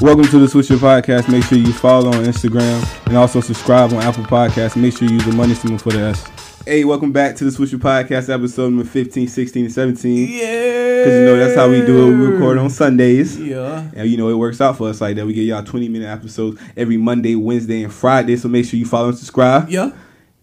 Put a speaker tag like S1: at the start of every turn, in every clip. S1: Welcome to the Switch Your Podcast. Make sure you follow on Instagram and also subscribe on Apple Podcasts. Make sure you use the money symbol for the S. Hey, welcome back to the Switch Your Podcast, episode number 15, 16, and 17.
S2: Yeah.
S1: Because you know that's how we do it. We record on Sundays.
S2: Yeah.
S1: And you know it works out for us like that. We give y'all 20 minute episodes every Monday, Wednesday, and Friday. So make sure you follow and subscribe.
S2: Yeah.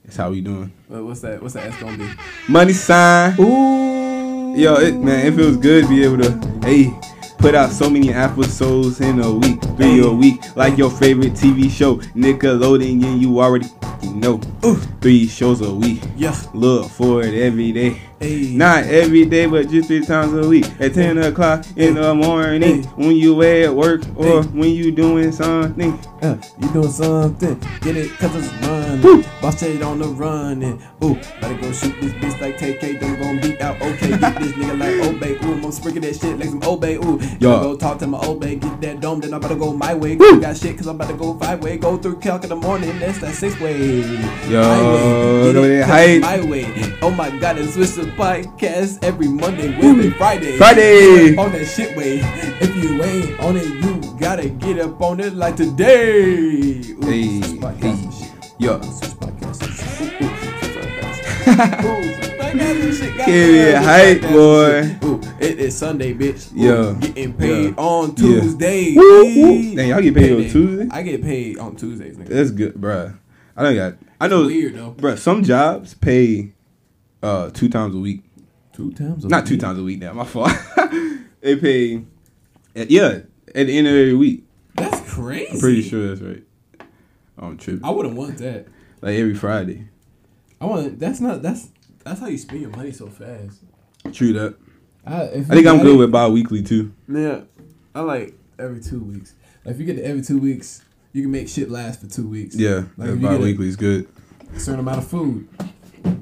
S1: That's how we doing.
S2: Wait, what's that? What's that? It's gonna be.
S1: Money sign.
S2: Ooh.
S1: Yo, it, man, it feels good to be able to hey put out so many episodes in a week, three a week, like your favorite TV show, Nickelodeon. And you already you know
S2: Ooh.
S1: three shows a week.
S2: Yeah.
S1: Look for it every day.
S2: Hey.
S1: Not every day, but just three times a week. At 10 o'clock in the morning,
S2: Hey.
S1: when you at work or
S2: Hey.
S1: when you doing something.
S2: Uh, you doing something? Get it, cause it's running.
S1: Woo.
S2: Boss shade on the running. Ooh, let it go shoot this bitch like KK. Then gon' beat out. Okay, get this nigga like Obey. Ooh, I'm gonna sprinkle that shit like some Obey. Ooh,
S1: Yo.
S2: Yo. go talk to my Obey. Get that dome, then I'm about to go my way. Cause I got shit, cause I'm about to go five way. Go through Calc in the morning, that's that six way.
S1: Yo,
S2: my way.
S1: look
S2: Get it,
S1: at that
S2: 'cause
S1: hype.
S2: my way. Oh my god, it's Swiss podcast every Monday, Wednesday, Friday.
S1: Friday.
S2: Get on that shit way. If you ain't on it, you gotta get up on it like today. Ooh,
S1: Hey,
S2: this is
S1: hey,
S2: podcast shit.
S1: yo.
S2: This is podcast shit. Ooh, ooh, this is podcast. Ooh, this is podcast shit. God
S1: Give me
S2: damn,
S1: a
S2: this is
S1: hype,
S2: podcast shit. Ooh, it is Sunday, bitch. Ooh,
S1: Yeah.
S2: getting paid
S1: Yeah.
S2: on
S1: Yeah.
S2: Tuesday.
S1: Woo, woo. Dang, y'all get paid on
S2: Payday.
S1: Tuesday?
S2: I get paid on Tuesdays, nigga.
S1: That's good, bruh. I don't got. I know,
S2: weird, though.
S1: bruh. Some jobs pay uh two times a week.
S2: Two times. a
S1: Not two
S2: week?
S1: times a week. Now, my fault. they pay. uh, Yeah, at the end of every week.
S2: That's crazy.
S1: I'm pretty sure that's right. Oh, I'm tripping.
S2: I wouldn't want that.
S1: Like every Friday.
S2: I want. That's not. That's that's how you spend your money so fast.
S1: True that.
S2: I, if
S1: I think
S2: you
S1: I'm
S2: got
S1: good
S2: it-
S1: with bi-weekly too.
S2: Yeah, I like every two weeks. Like if you get to every two weeks, you can make shit last for two weeks.
S1: Yeah, yeah,
S2: like if you get
S1: bi-weekly is good.
S2: a certain amount of food,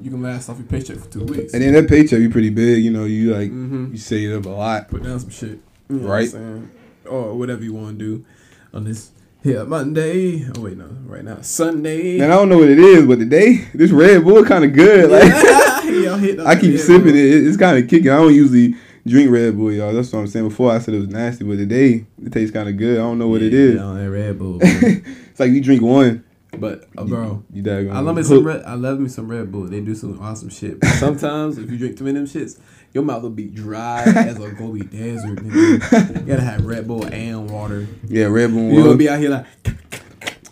S2: you can last off your paycheck for two weeks.
S1: And then that paycheck be pretty big. You know, you like
S2: Mhm.
S1: you save up a lot.
S2: put down some shit, you know
S1: Right.
S2: What I'm saying? Or whatever you want to do on this here Monday. Oh wait, no, right now Sunday.
S1: And I don't know what it is, but today this Red Bull kind of good. Like.
S2: Y'all hit
S1: I keep sipping it. It- It's kind of kicking. I don't usually drink Red Bull, y'all. That's what I'm saying. Before I said it was nasty, but today it tastes kind of good. I don't know what it is.
S2: On that Red Bull,
S1: it's like you drink one,
S2: but uh,
S1: you-
S2: bro.
S1: you daggone.
S2: I love me some red. I love me some Red Bull. They do some awesome shit. But sometimes if you drink too many of them shits, your mouth will be dry as a Gobi desert. Nigga. You gotta have Red Bull and water.
S1: Yeah, Red Bull.
S2: You
S1: water.
S2: gonna be out here like,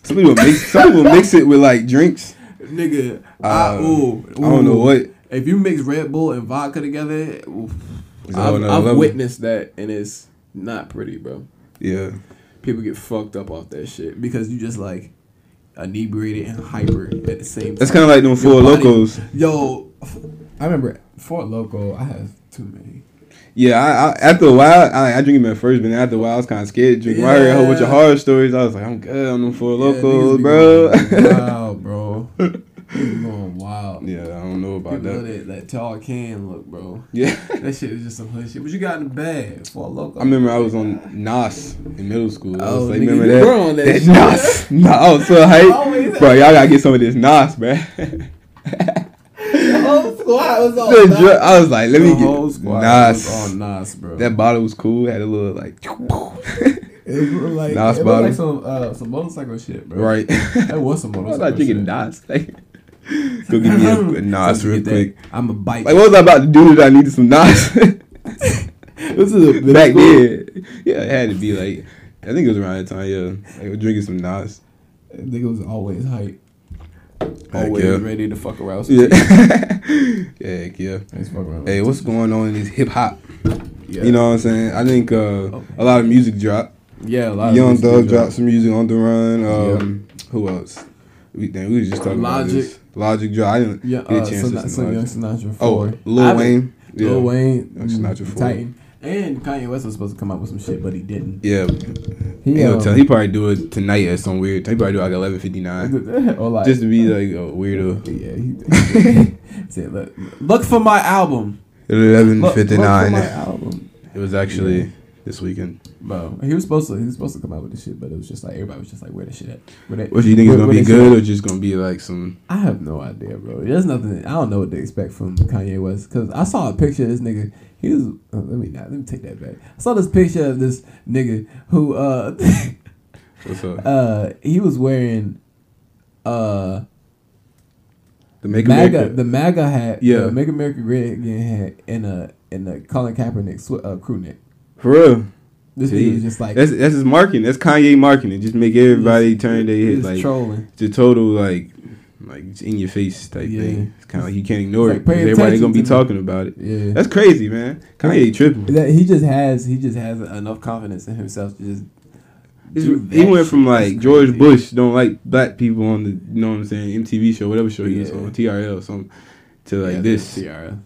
S1: some people mix. Some people mix it with like drinks.
S2: nigga.
S1: Uh,
S2: I, ooh,
S1: I don't know
S2: ooh.
S1: what.
S2: If you mix Red Bull and vodka together, oof.
S1: It's a whole
S2: I've,
S1: nother
S2: I've
S1: level.
S2: witnessed that, and it's not pretty, bro.
S1: Yeah,
S2: People get fucked up off that shit because you just like inebriated and hyper at the same.
S1: that's kind of like them four
S2: body-
S1: locos.
S2: Yo, I remember Fort Loco. I have too many.
S1: Yeah, I, I after a while, I, I drink them at first, but then after a while, I was kind of scared to drink. 'em. I heard a whole bunch of
S2: Yeah.
S1: horror stories. I was like, I'm good on them four locos, bro.
S2: Wow, bro. Niggas going wild.
S1: yeah, I don't know about
S2: People know
S1: that.
S2: that, that tall can look, bro.
S1: Yeah.
S2: That shit is just some hood shit. But you got in the bag for a local.
S1: I remember I was on Nas in middle school. I was
S2: Oh,
S1: like,
S2: nigga,
S1: remember
S2: you
S1: that?
S2: were on that shit.
S1: Nas. Nah, I was so
S2: Always.
S1: hype. Bro, y'all gotta get some of this Nas, bro.
S2: the whole squad was
S1: The
S2: on.
S1: dr- I was like, let me
S2: the whole
S1: get
S2: squad was
S1: Nas.
S2: on Nas, bro.
S1: That bottle was cool. Had a little like,
S2: it was like,
S1: Nas
S2: it was
S1: bottle.
S2: like some uh, some motorcycle shit, bro.
S1: right? I
S2: That was some motorcycle.
S1: was like drinking
S2: shit.
S1: Nas. Like, go give me a, a Nas
S2: So
S1: real
S2: get that,
S1: quick.
S2: I'm a bite.
S1: Like, what was I about to do that I needed some Nas?
S2: this is a
S1: Back then, yeah, it had to be like, I think it was around that time. Yeah, like we're drinking some Nas.
S2: Nigga was always hype.
S1: Heck
S2: Always
S1: yeah.
S2: ready to fuck around.
S1: Yeah, yeah, yeah.
S2: Let's fuck around.
S1: Hey, what's going on in this hip hop?
S2: yeah.
S1: You know what I'm saying? I think uh,
S2: Okay.
S1: a lot of music drop.
S2: Yeah, a lot
S1: Young
S2: of these
S1: Thug
S2: dudes
S1: dropped some music on the run. Um, Who else? We, damn, we was just talking about
S2: Logic.
S1: this. Logic dropped. I didn't
S2: are- Yeah,
S1: get a chance
S2: uh,
S1: to
S2: Sina-
S1: listen
S2: some
S1: to
S2: Young
S1: Logic.
S2: Sinatra.
S1: Oh,
S2: four.
S1: Lil
S2: I've been-
S1: Wayne. Yeah.
S2: Lil Wayne,
S1: Young
S2: mm,
S1: Sinatra four.
S2: Titan, and Kanye West was supposed to come out with some shit, but he didn't.
S1: Yeah,
S2: He,
S1: He, gonna
S2: um,
S1: tell- he probably do it tonight at some weird. He probably do it like eleven fifty nine,
S2: or like,
S1: just to be like a weirdo.
S2: yeah, he, he said, look, look for my album.
S1: Eleven
S2: Look,
S1: fifty
S2: look for my
S1: nine.
S2: album.
S1: It was actually this weekend.
S2: Bro, he was supposed to he was supposed to come out with this shit, but it was just like everybody was just like, where the shit at? Where that,
S1: What do you think is
S2: where-
S1: gonna
S2: where
S1: be
S2: that shit at?
S1: good or just gonna be like some?
S2: I have no idea, bro. There's nothing. I don't know what to expect from Kanye West because I saw a picture of this nigga. He was. uh, let me not. Let me take that back. I saw this picture of this nigga who uh
S1: What's up?
S2: uh he was wearing uh
S1: The Make
S2: MAGA
S1: America.
S2: the MAGA hat
S1: Yeah.
S2: the Make America Great Again hat and a and a Colin Kaepernick sw- uh, crew neck.
S1: For real.
S2: This
S1: See,
S2: nigga was just like
S1: That's that's his marketing. That's Kanye marketing. Just make everybody turn their
S2: he
S1: head
S2: was
S1: like
S2: trolling.
S1: the total like like it's in your face type
S2: Yeah.
S1: thing. It's kind of like you can't ignore it.
S2: It's like,
S1: 'cause
S2: pay
S1: Everybody
S2: attention
S1: gonna be
S2: to me.
S1: talking about it.
S2: Yeah.
S1: That's crazy, man. Kanye tripping.
S2: that he just has he just has enough confidence in himself to just
S1: It's-
S2: do
S1: He
S2: that
S1: went from
S2: shit.
S1: like
S2: It's
S1: George
S2: crazy.
S1: Bush don't like black people on the you know what I'm saying MTV show whatever show he was
S2: Yeah.
S1: on TRL or something to like
S2: Yeah,
S1: this.
S2: Ciara.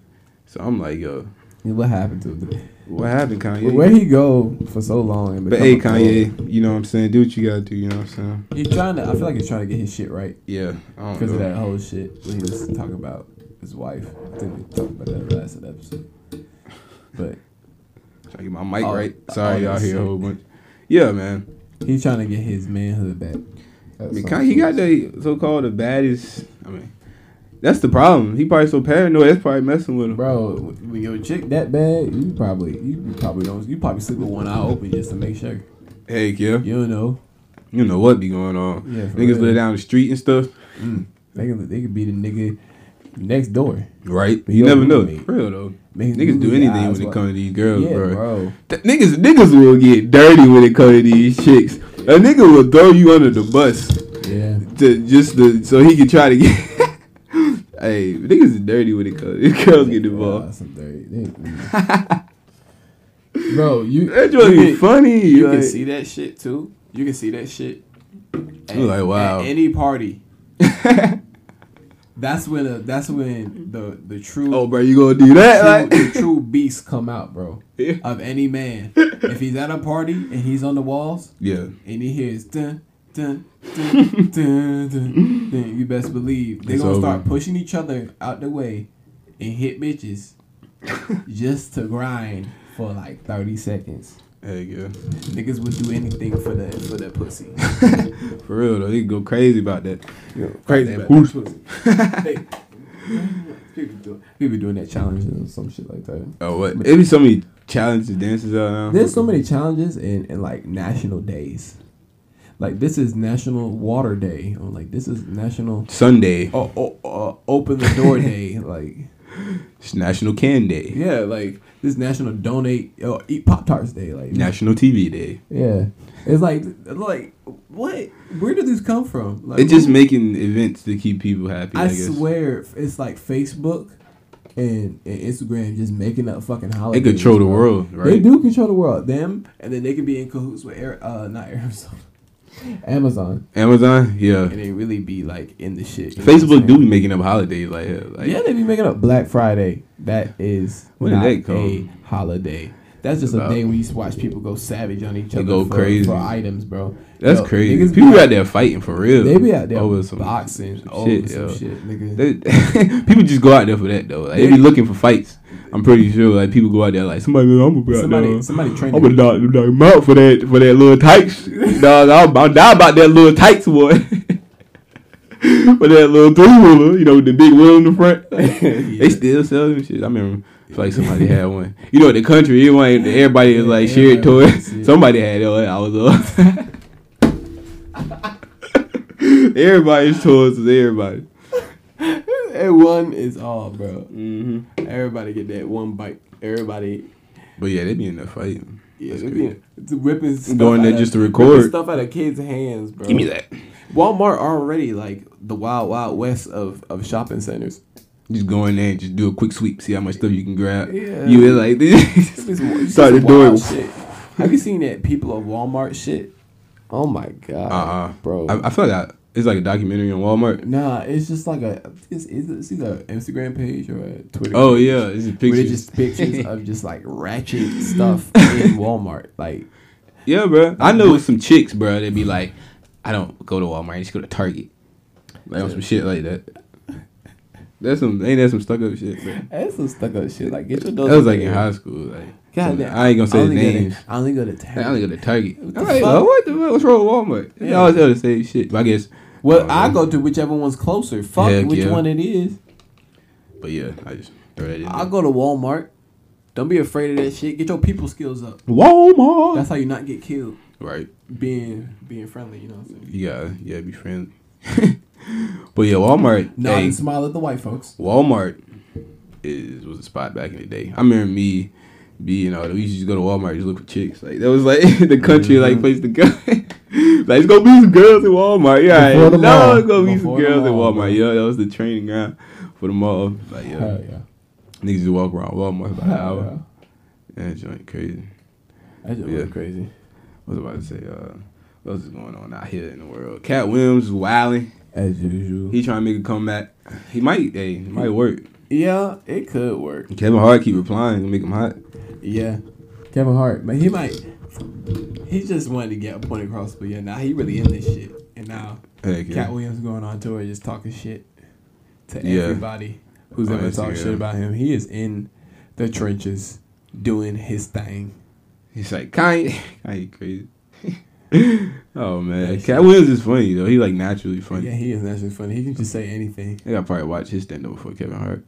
S1: So I'm like, yo,
S2: Yeah, What happened to him?
S1: what happened, Kanye?
S2: Where he go for so long? And
S1: but hey, Kanye, you know what I'm saying? Do what you gotta do. You know what I'm saying?
S2: he's trying to. I feel like he's trying to get his shit right
S1: Yeah, I
S2: because
S1: don't
S2: of
S1: know.
S2: that whole shit when he was talking about his wife. I think we talked about that last episode. But
S1: Trying to get my mic
S2: All-
S1: right.
S2: all
S1: Sorry, y'all
S2: that
S1: hear a
S2: shit.
S1: whole bunch. Yeah, man.
S2: he's trying to get his manhood back.
S1: I mean, Kanye, he got the so-called the baddest. I mean, that's the problem. He probably so paranoid. That's probably messing with him.
S2: Bro, when your chick that bad, you probably you probably don't you probably sleep with one eye open just to make sure.
S1: Hey, yeah,
S2: You don't know.
S1: you know what be going on?
S2: Yeah, for
S1: Niggas
S2: real.
S1: live down the street and stuff,
S2: Mm, they could they could be the nigga next door.
S1: right?
S2: But
S1: You
S2: yo,
S1: never know.
S2: roommate.
S1: For real though,
S2: Make
S1: niggas do
S2: your
S1: anything
S2: eyes
S1: when it
S2: wide.
S1: comes to these girls,
S2: yeah,
S1: bro.
S2: bro.
S1: Th- niggas, niggas will get dirty when it comes to these chicks. A nigga will throw you under the bus
S2: Yeah.
S1: to just the so he can try to get. hey, niggas is dirty when it comes. Girls get involved.
S2: Yeah, some dirty- they- mm. Bro, you
S1: That joint
S2: you
S1: is funny.
S3: You
S1: like-
S3: can see that shit too. You can see that shit. At,
S1: You're like, wow.
S3: At any party.
S2: That's when uh that's when the the true
S1: Oh, bro, you gonna do that?
S2: true,
S1: Like,
S2: the true beasts come out, bro.
S1: Yeah.
S2: Of any man, if he's at a party and he's on the walls
S1: yeah.
S2: and he hears dun dun dun dun dun, then you best believe they're
S1: It's
S2: gonna
S1: over.
S2: start pushing each other out the way and hit bitches just to grind for like thirty seconds.
S1: Hey, yeah.
S2: Niggas would do anything for that for that pussy.
S1: For real though, they go crazy about that. Crazy
S2: They
S1: about
S2: who's
S1: that.
S2: pussy. They- People doing- people doing that challenges or some shit like that.
S1: Oh, what? It be so many challenges, dances out now.
S2: There's so many challenges and, and like national days. Like this is National Water Day, or like this is National
S1: Sunday,
S2: oh, oh, uh, Open the Door Day. Like
S1: it's National Can Day,
S2: yeah, like this National Donate oh, Eat Pop Tarts Day. Like
S1: National TV Day.
S2: yeah, it's like like what? Where did these come from? Like
S1: It's just making events to keep people happy. I,
S2: I
S1: guess
S2: swear it's like Facebook and, and Instagram just making up fucking
S1: they
S2: holidays.
S1: control the
S2: bro.
S1: world, right?
S2: They do control the world. Them and then they can be in cahoots with Air, uh, not Amazon, Amazon,
S1: Amazon, yeah.
S2: and they really be like in the shit. you know what
S1: Facebook
S2: I'm
S1: do
S2: saying?
S1: be making up holidays like hell. Like,
S2: yeah, they be making up Black Friday. That is
S1: What did
S2: not
S1: that come?
S2: a holiday. That's just
S1: About-
S2: a day when you watch people go savage on each
S1: They
S2: other
S1: go
S2: for,
S1: crazy.
S2: for items, bro.
S1: that's
S2: Yo,
S1: crazy.
S2: niggas be
S1: People
S2: out-
S1: out there fighting for real.
S2: They be out there
S1: over some
S2: boxing
S1: some
S2: over
S1: shit,
S2: some
S1: yo.
S2: shit, nigga.
S1: They, people just go out there for that though. Like, they be looking for fights. I'm pretty sure. Like people go out there like somebody. I'm gonna be out
S2: somebody,
S1: there.
S2: somebody trained.
S1: I'm gonna knock, knock him out for that for that little tights. Dog, I'm, I'm die about that little tights one. for that little three wheeler, you know, with the big wheel in the front.
S2: Yeah.
S1: They still sell them shit. I remember. it's Like somebody had one, you know, in the country, it wasn't everybody is like
S2: Yeah,
S1: shared
S2: everybody
S1: toys.
S2: was, yeah.
S1: Somebody had it. I was up. Everybody's toys is everybody.
S3: That one is all, bro.
S1: Mm-hmm.
S3: Everybody get that one bite. Everybody.
S1: But yeah, they be in the fight.
S3: Yeah,
S1: That's
S3: they
S1: crazy.
S3: be it's ripping stuff
S1: Going
S3: out
S1: there
S3: of-
S1: just to
S3: ripping
S1: record.
S3: stuff out of kids' hands, bro.
S1: Give me that.
S3: Walmart already like the wild wild west of of shopping centers.
S1: Just go in there and just do a quick sweep, see how much stuff you can grab.
S3: Yeah.
S1: You is like
S3: It's
S1: this.
S3: just- it's just
S1: Started doing.
S3: wild shit. Have you seen that people of Walmart shit? Oh my god,
S1: Uh-uh.
S3: bro.
S1: I, I feel like I, it's like a documentary on Walmart.
S3: Nah, it's just like a it's, it's, it's either an Instagram page or a Twitter.
S1: Oh
S3: page
S1: yeah, it's just
S3: where they
S1: pictures.
S3: just pictures of just like ratchet stuff in Walmart. Like
S1: yeah, bro. I know some chicks, bro. They be like, I don't go to Walmart. I just go to Target. Like on some shit like that. That's some ain't that some stuck up shit, bro.
S3: that's some stuck up shit. Like get your
S1: That
S3: dose.
S1: was
S3: of
S1: like in
S3: air.
S1: high school. Like
S2: God
S1: Nah,
S2: damn.
S1: I ain't gonna say the
S2: only go to-
S1: names.
S2: I only go to Target.
S1: I only go to Target. I'm
S2: the
S1: like,
S2: fuck?
S1: "Oh, what the fuck? What's wrong with Walmart? They
S2: Yeah.
S1: always do the same shit. But I guess,
S3: Well, I go to whichever one's closer. Fuck
S1: Heck
S3: which
S1: yeah.
S3: one it is.
S1: but yeah, I just throw that in.
S3: I'll
S1: there.
S3: go to Walmart. Don't be afraid of that shit. Get your people skills up.
S1: Walmart.
S3: That's how you not get killed.
S1: right.
S3: Being being friendly, you know what I'm saying?
S1: You gotta, you gotta be friendly. but yeah, Walmart.
S2: Nod
S1: hey,
S2: and smile at the white folks.
S1: Walmart is was a spot back in the day. I remember me being all we used to go to Walmart just look for chicks. Like that was like the country
S2: Mm-hmm.
S1: like place to go. like it's gonna be some girls in Walmart. Yeah,
S2: Before the
S1: no,
S2: mall.
S1: it's gonna be some
S2: Before the
S1: girls in
S2: mall,
S1: Walmart.
S2: bro.
S1: Yeah, that was the training ground for the mall. Like yeah,
S2: Hell yeah.
S1: niggas just walk around Walmart for an
S2: Hell
S1: hour. Yeah, that joint crazy.
S2: yeah. That just
S1: Yeah.
S2: was crazy.
S1: What was I about to say? Uh, what else is going on out here in the world? Cat Williams is wilding.
S2: As usual.
S1: He trying to make a comeback. He might. Hey, it might work.
S2: Yeah, it could work.
S1: Kevin Hart keep replying. Gonna make him hot.
S2: Yeah. Kevin Hart, man, he might.
S3: He just wanted to get a point across, but yeah, now he really in this shit. And now
S1: Heck yeah.
S3: Cat Williams going on tour just talking shit to
S1: Yeah. Oh,
S3: everybody who's
S1: On
S3: ever talked
S1: Instagram.
S3: shit about him. He is in the trenches doing his thing.
S1: He's like Kanye. Kanye crazy. oh man,
S2: Yeah,
S1: Cat Williams is funny though. He like naturally funny.
S3: Yeah, he is naturally funny. He can just say anything.
S1: I think I probably watched his stand up before Kevin Hart.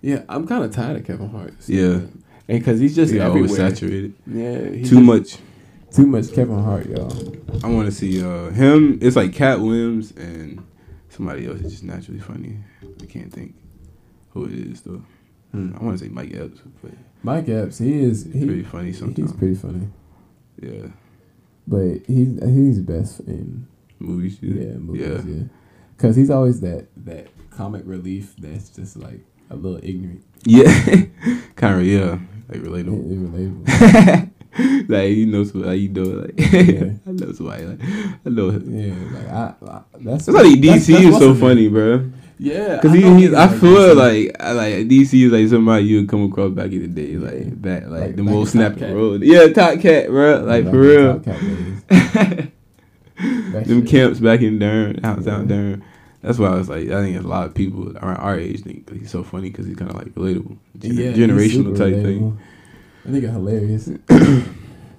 S3: Yeah, I'm kind of tired of Kevin Hart.
S1: Yeah.
S3: and because he's just
S1: Yeah,
S3: everywhere.
S1: oversaturated.
S3: Yeah, he
S1: Too
S3: just-
S1: much.
S2: Too much Kevin Hart, y'all.
S1: I want to see uh, him. It's like Cat Williams and somebody else is just naturally funny. I can't think who it is though.
S2: Hmm.
S1: I want to say Mike Epps, but
S2: Mike Epps, he is.
S1: he's
S2: He,
S1: pretty funny
S2: he's
S1: sometimes.
S2: pretty funny.
S1: yeah,
S2: But he's he's best in
S1: movies.
S2: yeah movies
S1: Yeah.
S2: yeah, because he's always that that comic relief that's just like a little ignorant,
S1: Yeah, kind of yeah, like relatable.
S2: and relatable.
S1: like you know somebody, you know like
S2: Yeah.
S1: I know somebody, like I know. Him.
S2: yeah, like I, I that's
S1: That's like DC
S2: that's- that's
S1: is
S2: what's
S1: so
S2: in it.
S1: funny, bro.
S3: Yeah,
S1: Cause he,
S3: know
S1: he's, I
S3: like
S1: feel
S3: this.
S1: like I like DC is like somebody you would come across back in the day, like back like,
S2: Like-
S1: the
S2: like
S1: most
S2: a Top
S1: snapping
S2: Cat.
S1: road. Yeah, top cat, bro. Like for
S2: the
S1: real.
S2: Top Cat days. That
S1: Them
S2: shit.
S1: camps back in Durham, out down
S2: Yeah.
S1: Durham. That's why I was like, I think a lot of people around our age think he's so funny because he's kind of like relatable, Gen-
S2: Yeah, he's
S1: generational
S2: super
S1: type
S2: relatable.
S1: thing.
S2: I think it's hilarious.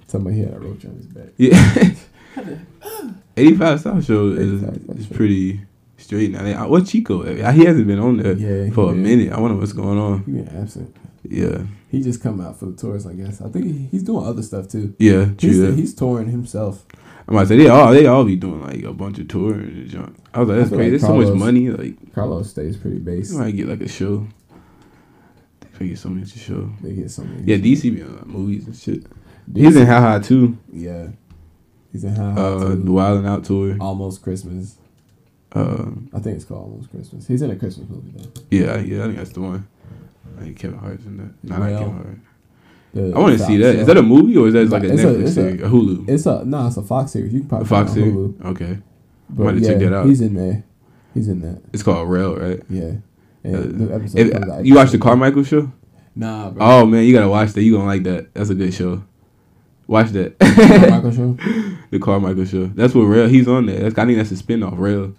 S2: Somebody had a roach on his back.
S1: Yeah. 85 South Show is,
S2: 85 South
S1: is
S2: Show.
S1: pretty straight now. They- uh, What Chico? at? He hasn't been on there
S2: Yeah, he
S1: for a
S2: been-
S1: minute. I wonder what's going on.
S2: He been absent.
S1: Yeah.
S2: He just come out for the tours, I guess. I think he, he's doing other stuff too.
S1: Yeah,
S2: He's,
S1: true. that.
S2: he's touring himself.
S1: I'm about to say, they all, they all be doing like a bunch of tours and junk. I was like, that's
S2: I feel
S1: crazy.
S2: like
S1: There's so much
S2: Carlos-
S1: money. Like,
S2: Carlos stays pretty base.
S1: you might get like a show. They figure something at your show.
S2: They get so many.
S1: Yeah, DC be on like, movies and shit. He's in How High too.
S2: Yeah. He's in high.
S1: Uh,
S2: too.
S1: the Wild and Out tour.
S2: Almost Christmas.
S1: Uh,
S2: I think it's called Almost Christmas. He's in a Christmas movie though.
S1: yeah, yeah, I think that's the one. I think Kevin Hart's in that. Nah, not
S2: Well,
S1: Kevin Hart.
S2: The
S1: I want to
S2: Fox
S1: see that. Is
S2: show.
S1: that a movie or is that like a
S2: It's a-
S1: Netflix
S2: it's a-
S1: series? A, Hulu.
S2: It's a no. It's a Fox series. You can
S1: A
S2: probably
S1: Fox
S2: find it
S1: series.
S2: on Hulu.
S1: Okay.
S2: But
S1: Might have
S2: yeah,
S1: to check that out.
S2: He's in there. He's in that.
S1: It's called Rail, right?
S2: Yeah. And
S1: Uh,
S2: the episode
S1: If-
S2: comes out-
S1: you watch the Carmichael show?
S3: nah, bro.
S1: Oh man, you gotta watch that. You gonna like that. That's a good show. Watch that.
S2: Carmichael show.
S1: the Carmichael show. That's what Rail. He's on there. That's, I think that's a spinoff. Rail.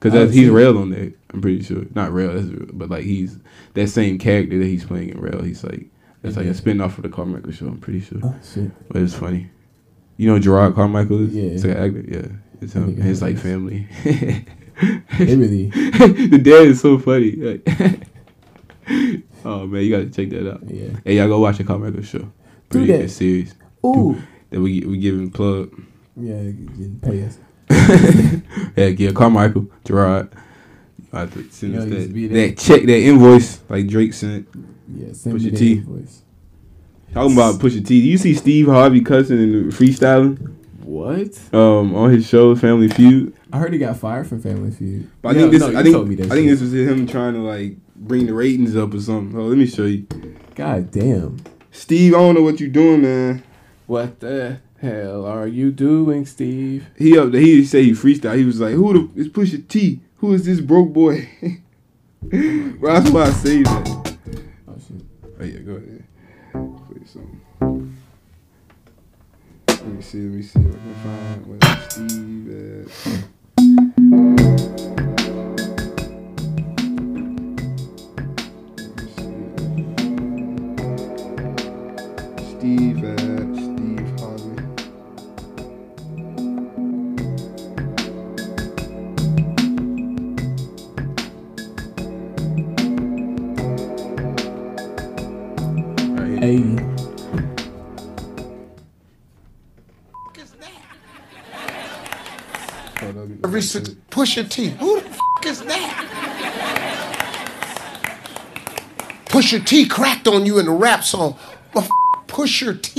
S1: Cause that's,
S2: I haven't
S1: he's
S2: seen it.
S1: Rail on there. I'm pretty sure. Not Rail. That's real, but like he's that same character that he's playing in Rail. He's like that's like a spinoff for the Carmichael show. I'm pretty sure.
S2: Oh shit.
S1: But it's funny. You know who Gerard Carmichael is?
S2: Yeah.
S1: It's like an actor. Yeah. It's
S2: I
S1: him.
S2: think I
S1: and His
S2: know
S1: like
S2: this.
S1: family.
S2: They really.
S1: the dad is so funny. Like, oh man, you gotta check that out.
S2: Yeah.
S1: Hey, y'all go watch the Carmichael show. Pretty
S2: that.
S1: good series
S2: Ooh.
S1: that we we giving plug.
S2: Yeah. you Didn't pay us.
S1: Heck yeah, Carmichael, Gerard. I have to send
S3: You know,
S1: us
S3: he used
S1: that,
S3: to be there.
S1: that check, that invoice, like Drake sent.
S2: Yeah. Send
S1: Pusha
S2: me that
S1: T.
S2: Voice.
S1: Talking about Pusha T. Do you see Steve Harvey cussing and freestyling
S3: What?
S1: um, on his show Family Feud?
S2: I heard he got fired from Family Feud.
S1: But I
S3: Yeah,
S1: think this,
S3: no, you
S1: I think,
S2: told me that
S1: I think
S2: shit.
S1: this was him trying to like bring the ratings up or something. Oh, let me show you,
S2: God damn.
S1: Steve. I don't know what you doing, man.
S3: What the hell are you doing, Steve?
S1: He up there. He say he freestyle. He was like, "Who the is Pusha T? Who is this broke boy?" Bro, that's why I say that.
S2: Oh shit.
S1: Oh yeah, go ahead. Play something. um, Let me see. Let me see. if I can find where Steve at. Let me see. Steve Every
S4: Every six, push your teeth. Who the f- is that? Push your T cracked on you in the rap song. Well, f- push your T.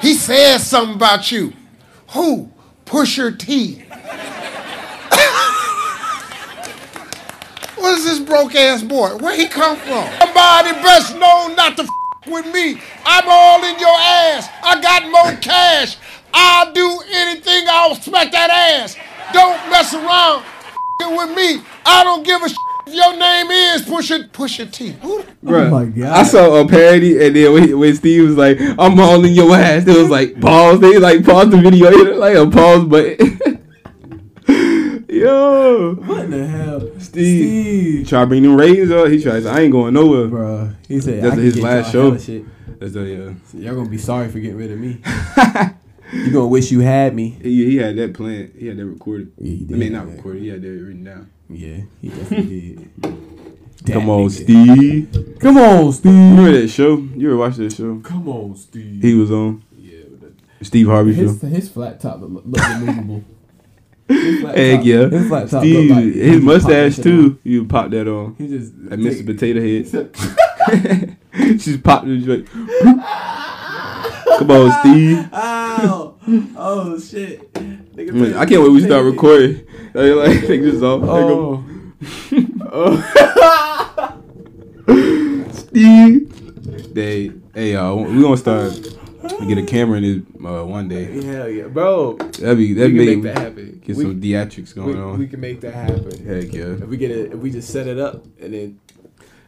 S4: he said something about you. Who? Push your T. What is this broke ass boy? Where he come from? Somebody best known not to f- with me. I'm all in your ass. I got more cash. I'll do anything. I'll smack that ass. Don't mess around f- with me. I don't give a sh- if your name is Pusha Pusha T. Who the-
S1: Bruh,
S2: Oh my God.
S1: I saw a parody, and then when, when Steve was like, "I'm all in your ass," it was like pause. They like pause the video, you know, like a pause button. Yo,
S2: What in the hell,
S1: Steve. try to bring them ratings up. He tries. I ain't going nowhere.
S2: Bro, he said
S1: That's
S2: I can
S1: his
S2: get
S1: last
S2: y'all
S1: show.
S2: hella Shit.
S1: That's the, yeah.
S2: Y'all gonna be sorry for getting rid of me. you gonna wish you had me.
S1: He, he had that plan. He had that recorded.
S2: Yeah, he
S1: I
S2: did.
S1: mean, not recorded. He had that written down.
S2: Yeah, he definitely did. That
S1: Come on,
S2: nigga.
S1: Steve.
S2: Come on,
S1: You
S2: Steve.
S1: remember that show? You ever watched that show?
S2: Come on, Steve.
S1: He was on
S2: yeah, with that-
S1: Steve Harvey show.
S2: his his flat top look, look immovable. His flat
S1: Heck
S2: top-
S1: yeah.
S2: his flat top
S1: Steve,
S2: look like- he
S1: his
S2: just popped that
S1: mustache
S2: shit
S1: too.
S2: on.
S1: You pop that on.
S2: He just
S1: That Mr.
S2: take-
S1: Potato Head. She's popped it like, Come on, Steve.
S2: Ow! Oh shit! Nigga,
S1: Man, Mm, I can't wait we start recording. Like, like take this off. Like,
S2: Oh,
S3: Oh.
S1: Steve. They, hey y'all, we gonna start get a camera in this uh, one day.
S3: Hell yeah, bro.
S1: That'd be
S3: We
S1: that'd
S3: can
S1: make,
S3: make that happen.
S1: get
S3: We-
S1: some theatrics
S3: We,
S1: going on.
S3: we can make that happen.
S1: Heck yeah.
S3: If we get it, if we just set it up and then,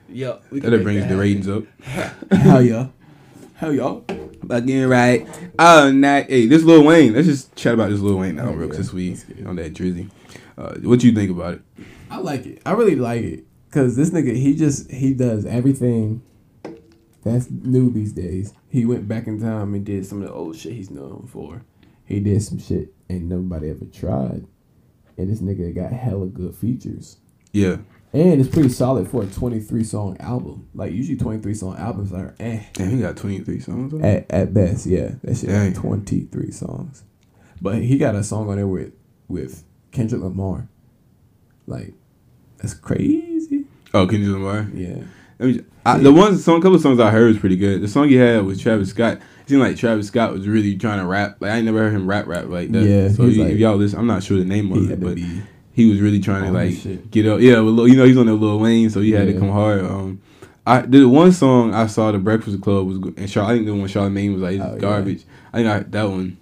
S3: yeah, we can
S1: That'll
S3: make
S1: bring
S3: that
S1: the
S3: happen.
S1: ratings up.
S2: hell yeah!
S3: Hell y'all.
S1: Fucking right. Oh, not hey, this Lil Wayne. Let's just chat about this Lil Wayne now, real quick since we on that drizzy. Uh, what you think about it?
S2: I like it. I really like it because this nigga he just he does everything that's new these days.
S3: He went back in time and did some of the old shit he's known for.
S2: He did some shit ain't nobody ever tried, and this nigga got hella good features.
S1: Yeah,
S2: And it's pretty solid for a 23 song album. Like usually 23 song albums are eh
S1: damn, he got twenty three songs. On? it?
S2: at, at best. Yeah, that shit
S1: Dang.
S2: like 23 songs. But he got a song on there with with Kendrick Lamar. Like that's crazy.
S1: Oh, Kendrick Lamar.
S2: Yeah.
S1: Let me ju- I, the one song, couple of songs I heard was pretty good. The song he had was Travis Scott. It seemed like Travis Scott was really trying to rap. Like I ain't never heard him rap rap like that.
S2: Yeah,
S1: So
S2: he's
S1: you,
S2: like-
S1: if y'all listen, I'm not sure the name
S2: He
S1: of
S2: had
S1: it,
S2: to
S1: but
S2: be
S1: he was really trying to
S2: On his
S1: like
S2: shit.
S1: get up. Yeah, with Lil, you know he's on the Lil Wayne, so he had to
S2: Yeah.
S1: come hard. Um, I the one song I saw the Breakfast Club was go- and Char- I think the one Charlamagne was like it's
S2: Oh, yeah.
S1: garbage. I think I, that one,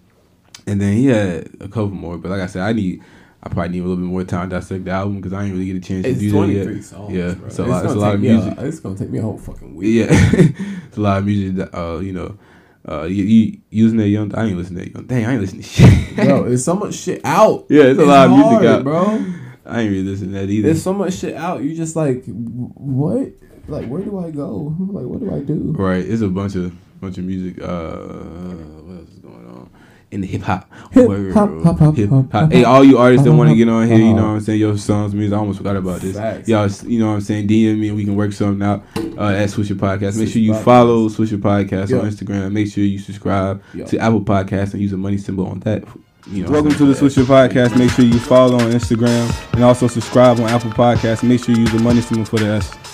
S1: and then he had a couple more. But like I said, I need. I probably need a little bit more time to dissect the album because I didn't really get a chance
S2: it's
S1: to do that yet.
S2: 23 songs.
S1: yeah,
S2: bro.
S1: it's a lot. It's a
S2: gonna
S1: lot
S2: take
S1: of
S2: me a-
S1: music.
S2: it's gonna take me a whole fucking week.
S1: Yeah, it's a lot of music that uh, you know, uh, you, you using that young. I ain't listening to that young. Dang, I ain't listening to shit.
S2: bro. There's so much shit out.
S1: Yeah, it's a lot of music
S2: hard,
S1: out.
S2: bro.
S1: I ain't really listening to that either.
S2: There's so much shit out. You just like w- what? Like where do I go? Like what do I do?
S1: right, it's a bunch of bunch of music. Uh, what else is going on? In the hip hop
S2: Hip
S1: world.
S2: hop, hop, hop,
S1: Hip
S2: hop,
S1: hop. Uh-huh.
S2: hop,
S1: Hey, all you artists that
S2: hop,
S1: want to
S2: hop,
S1: get on here, you know
S2: hop.
S1: what I'm saying? Your songs, music. I almost forgot about this.
S2: Facts.
S1: Y'all, s- you know what I'm saying? DM me and we can work something out uh, at Swisher Podcast. Make
S2: Swisher
S1: sure you
S2: Podcast.
S1: follow Swisher Podcast
S2: Yeah.
S1: on Instagram. Make sure you subscribe
S2: Yeah.
S1: to Apple Podcast and use the money symbol on that. You know, Welcome to the Swisher Podcast. Make sure you follow on Instagram and also subscribe on Apple Podcasts. Make sure you use the money symbol for the S.